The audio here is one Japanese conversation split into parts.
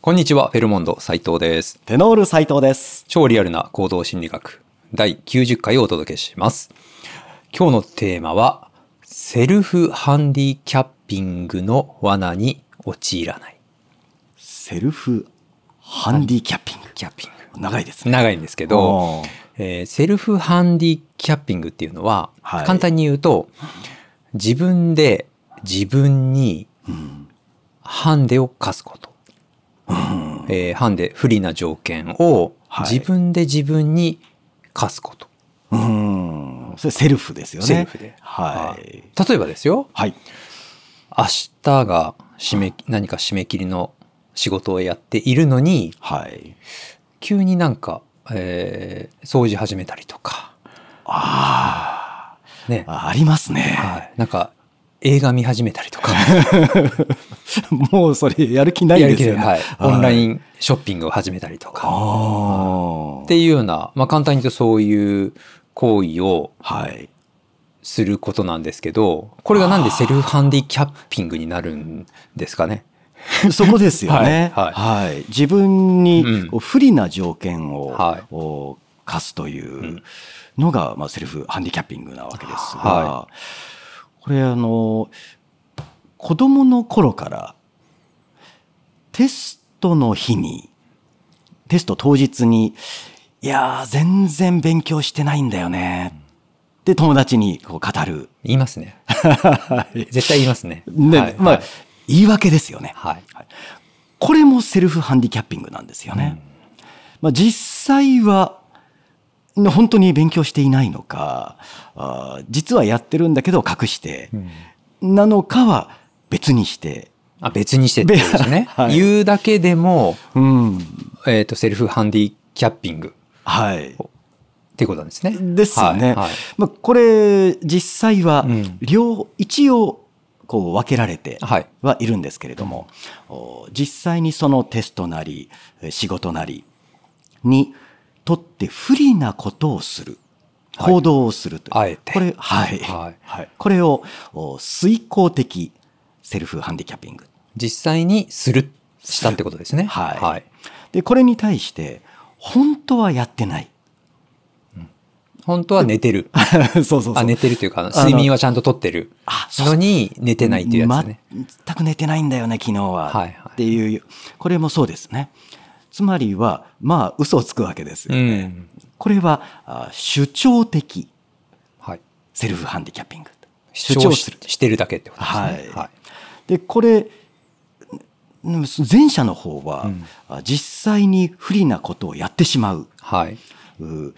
こんにちは、フェルモンド斉藤です。テノール斉藤です。超リアルな行動心理学第90回をお届けします。今日のテーマは、セルフハンディキャッピングの罠に陥らない。セルフハンディキャッピンキャッピング。長いですグ。ね。長いんですけど、どえーセルフハンディキャッピングっていうのは、はい簡単に言うと、自分で自分にハンデを課すこと。えーハンデ、不利な条件をはい自分で自分に課すこと。ううん。それセルフですよね。セルフでははいい。例えばですよ、はい。明日が締め何か締め切りの仕事をやっているのにはい。急になんか、えー掃除始めたりとかあねー、あありますはね。い、なんか映画見始めたりとか もうそれやる気ないやるで気すよで、ね。はい、オンライン。ンショッピングを始めたりとかあっーていうような、まあ、簡単に言うとそういう行為をはい。することなんですけどこれがなんでセルフハンディキャッピングになるんですかねそこですよね。はいはい。自分うんにこう不利な条件をはいを課すというんのが、まあ、セルフハンディキャッピングなわけですが、はこれあの子供の頃からテストの日にテスト当日に「いやー全然勉強してないんだよね」って友達にこう語る。言いますね絶対言いますねねはいまあ、言い訳ですよね。はいこれもセルフハンディキャッピングなんですよね。まあ、実際はの本当に勉強していないのかあー実はやってるんだけど隠してう、んなのかは別にして、あ別にしてってことですね、べ はい言うだけでも、うんえー、とセルフハンディキャッピングっはい、ていうことなんですね。ですよね。はいはいまあ、これ実際はうん両一応こう分けられてはいはいるんですけれども、お実際にそのテストなりえー仕事なりにとって不利なことをするはい行動をするという、あえてこれはい、はいはいこれをお遂行的セルフハンディキャッピング実際にするしたってことですね。はいはいでこれに対して本当はやっ てない本当は寝てる。そうそうそうあ寝てるというかの睡眠はちゃんととってるあそうそうのに寝てないっていうやつね。全く寝てないんだよね昨日は、はいはいっていうこれもそうですねつまりはまあ嘘をつくわけですようね、んこれはあ主張的はい、セルフハンディキャッピング主主張張しするしてるだけってことですね。はいでこれうん前者の方は、うんあ実際に不利なことをやってしまうはいはい、う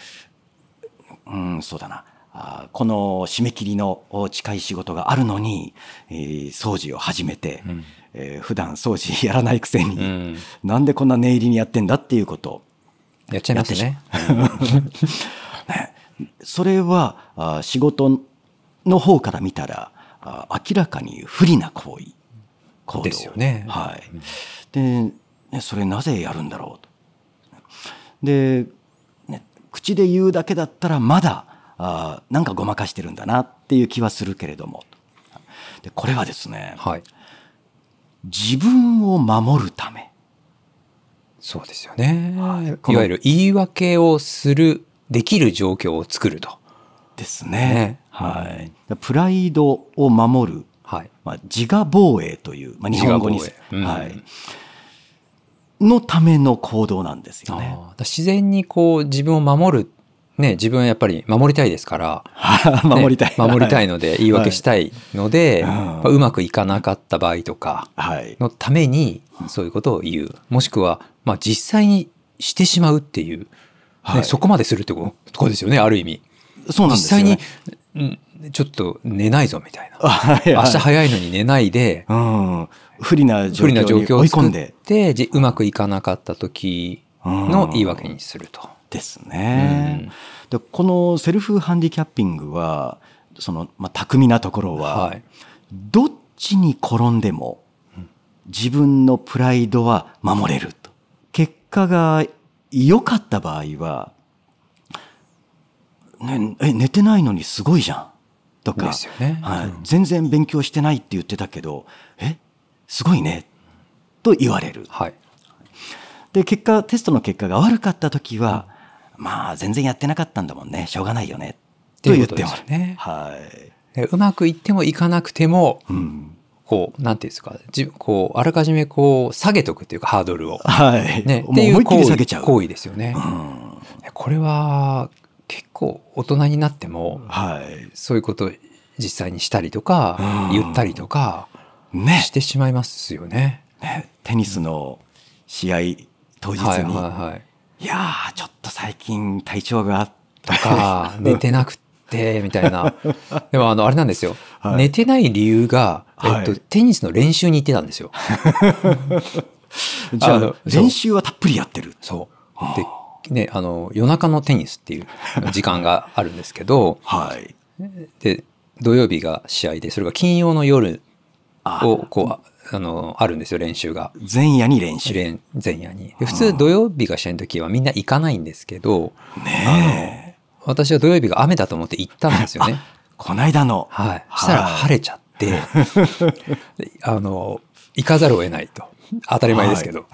うんそうだなあこの締め切りのお近い仕事があるのに、えー掃除を始めて、うんえー普段掃除やらないくせに、うんなんでこんな念入りにやってんだっていうことやっちゃいますね。それはあ仕事の方から見たらあ明らかに不利な行為行動ですよねはいでねそれなぜやるんだろうと。で、ね、口で言うだけだったらまだあなんかごまかしてるんだなっていう気はするけれどもでこれはですねはい、自分を守るためそうですよね、はいい。わゆる言い訳をするできる状況を作ると。ですね。ねはい、プライドを守るはい、まあ、自我防衛という、まあ、日本語に自我防衛うんはい、のための行動なんですよね。ああだ自然にこう自分を守る、ね、自分はやっぱり守りたいですから、ね 守りたい、守りたいので、言い訳したいので、うんまあうまくいかなかった場合とかはい、のためにそういうことを言うもしくは、まあ、実際にしてしまうっていう、ねはいそこまでするってこととこですよねある意味。そうなん実ですよ際ねに、んちょっと寝ないぞみたいな はい明はい日早いのに寝ないでうん、不利な状不利な状況に況追をい込作んっでてじうまくいかなかった時の言い訳にすると。ですね。でこのセルフハンディキャッピングはその、まあ、巧みなところは、はい、どっちに転んでも自分のプライドは守れると。結果が良かった場合は、ね、え、寝てないのにすごいじゃん。とか、ですよねはい、全然勉強してないって言ってたけど、え、すごいね。と言われる。はいで、結果、テストの結果が悪かった時は、まあ、全然やってなかったんだもんね。しょうがないよね。と言ってもらということですよねはい。でうまくいってもいかなくても、うん。こう、なんていうんですか、じこう、あらかじめこう、下げとくっていうか、ハードルを。はい。ね、もっうてい思ういっき行り為下げちゃう。行為ですよねう。ん。これは、結構大人になっても、はい。そういうことを実際にしたりとか、うん言ったりとか、ねし。てしまいますよね。ねテニスの試合当日に、はいいはいはい。やー、ちょっと最近体調が、と か、寝てなくて、みたいな。でも、あの、あれなんですよ。はい寝てない理由が、えっと、はいテニスの練習に行ってたんですよ。 じゃああの、練習はたっぷりやってる。そう。で、ね、あの、夜中のテニスっていう時間があるんですけど、はい。で、土曜日が試合で、それが金曜の夜あを、こう、あの、あるんですよ、練習が。前夜に練習。ね練前夜に。で普通土曜日が試合の時はみんな行かないんですけど、え。私は土曜日が雨だと思って行ったんですよね。こないだの。はい。したら晴れちゃって、であの、行かざるを得ないと。当たり前ですけど。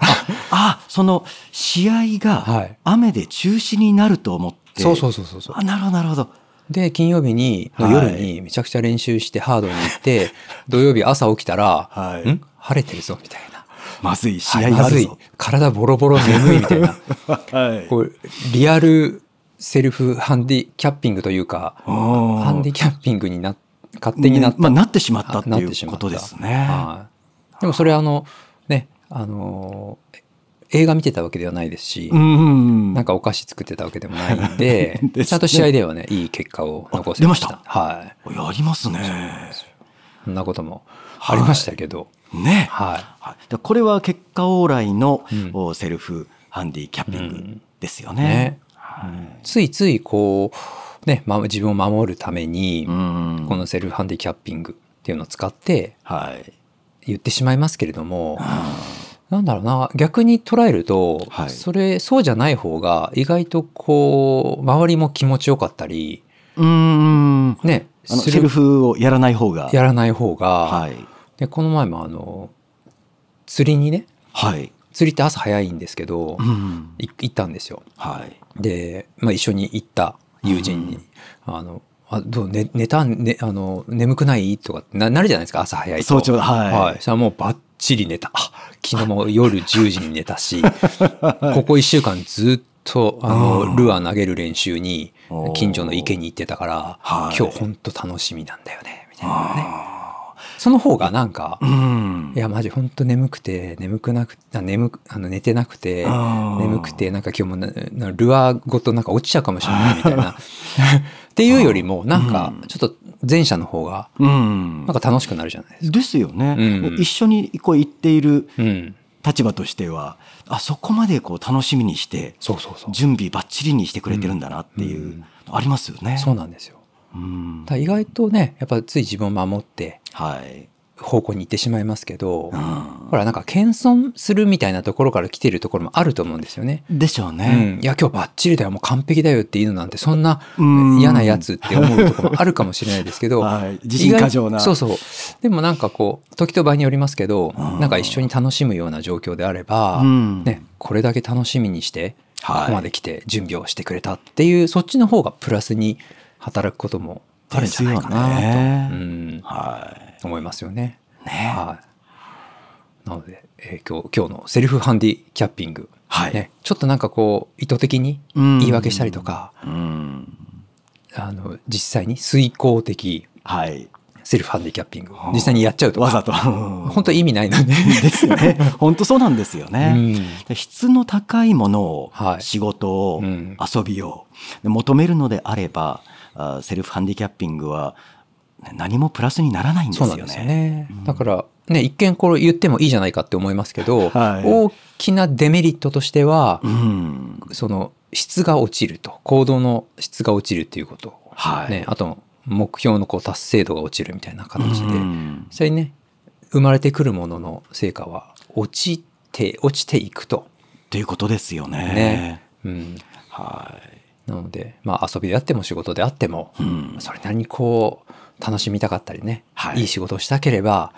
あ、その、試合はがい雨で中止になると思って。そうそううそうそうそう。あ、なるほど、なるほど。で、金曜日に、はいの夜にめちゃくちゃ練習してハードに行って、土曜日朝起きたら、はいん晴れてるぞ、みたいな。まずい、試は合いがまあずるいぞ。。体ボロボロ眠いみたいな。はい。こう、リアルセルフハンディキャッピングというか、ハハンディキャッピングにな、勝手になった。まあ、なってしまったってないってしうまったことですね。はい。でもそれあの、ね、あの、え映画見てたわけではないですし、うん。なんかお菓子作ってたわけでもないん でですねちゃんと試合ではね、いい結果を残せあ出まはい。やりますね。そんなこともありましたけど、ね。はい。はい、でこれは結果往来の、うんおセルフハンディキャッピンうグんですよねね。ついついこう、ね、ま、自分を守るために、うんこのセルフハンディキャッピングっていうのを使ってはい。言ってしまいますけれども、なんだろうな、逆に捉えると、はいそれ、そうじゃない方が、意外とこう、周りも気持ちよかったり、うん。あね、のすセルる、フをやらない方が。やらない方が、はい。で、この前もあの、釣りにね、はい。釣りって朝早いんですけどう、ん。い行ったんですよ。はい。で、まあ、一緒に行った友人に、あの、あどう寝寝たん、ね、あの眠くないとかってななるじゃないですか朝早いと早朝だはいそしたらもうばっちり寝たあ昨日も夜10時に寝たし ここ1週間ずっとあうのんルアー投げる練習におー近所の池に行ってたから今はい日ほんと楽しみなんだよねみたいなねその方がなんかうんい。やマジほんと眠くて眠くなくあ眠くあの寝てなくて眠眠く。てなんか今日もななルアーごとなんか落ちちゃうかもしれないみたい なっていうよりもなんかうんちょっと前者の方がうんな。んか楽しくなるじゃないですか。ですよね。うん一緒にこう行っているうん、立場としては、あそこまでこう楽しみにして、そうそうそう準備ばっちりにしてくれてるんだなっていう、うんありますよね。そうなんですよ。うんだから意外とねやっぱつい自分を守ってはい。方向に行ってしまいますけど、うんほらなんか謙遜するみたいなところから来てるところもあると思うんですよね。でしょううね。ん、いや今日バッチリだよもう完璧だよっていうのなんてそんなうん嫌なやつって思うところもあるかもしれないですけど、 はい。自信過剰意な。外そうそうでもなんかこう時と場合によりますけどうんなんか一緒に楽しむような状況であれば、うんね、これだけ楽しみにしてこはいこまで来て準備をしてくれたっていう、そっちの方がプラスに働くこともあるんじゃないかなと、ですよねうん、は思いますよね。い。ね。はい、なので、えー今日今日のセルフハンディキャッピング、はいね、ちょっとなんかこう意図的にうん言い訳したりとか、うん。あの実際に遂行的はい。セルフハンディキャッピングを実際にやっちゃうとかわざと。本本当意味ないの で。ですよね。本当そうなんですようね。ん質の高いものを、はい仕事を、うん遊びを求めるのであればあセルフハンディキャッピングはね何もプラスにならないんですそうなんよでね。すよね。だから、ね、一見これ言ってもいいじゃないかって思いますけど、はい大きなデメリットとしてはう、ん。その質が落ちると、行動の質が落ちるっていうこと。はいね、あと、目標のこう達成度が落ちるみたいな形で、うん実際にね、生まれてくるものの成果は落ちて、落ちていくと。ということですよね。ね。うん。はなので、まあ遊びであっても仕事であっても、い。うん。それなりにこう楽しみたかったりね、はいい、い仕事をしたければ、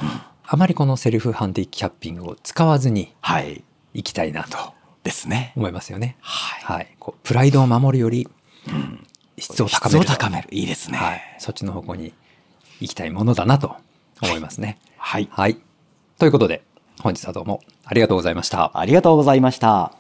あまりこのセルフハンディキャッピングを使わずにはい。いきたいなとですね。思いますよね。はい。はい。こうプライドを守るより、質を高める。質を高める。いいですね。はい。そっちの方向に行きたいものだなと思いますね。はい。はい。ということで、本日はどうもありがとうございました。ありがとうございました。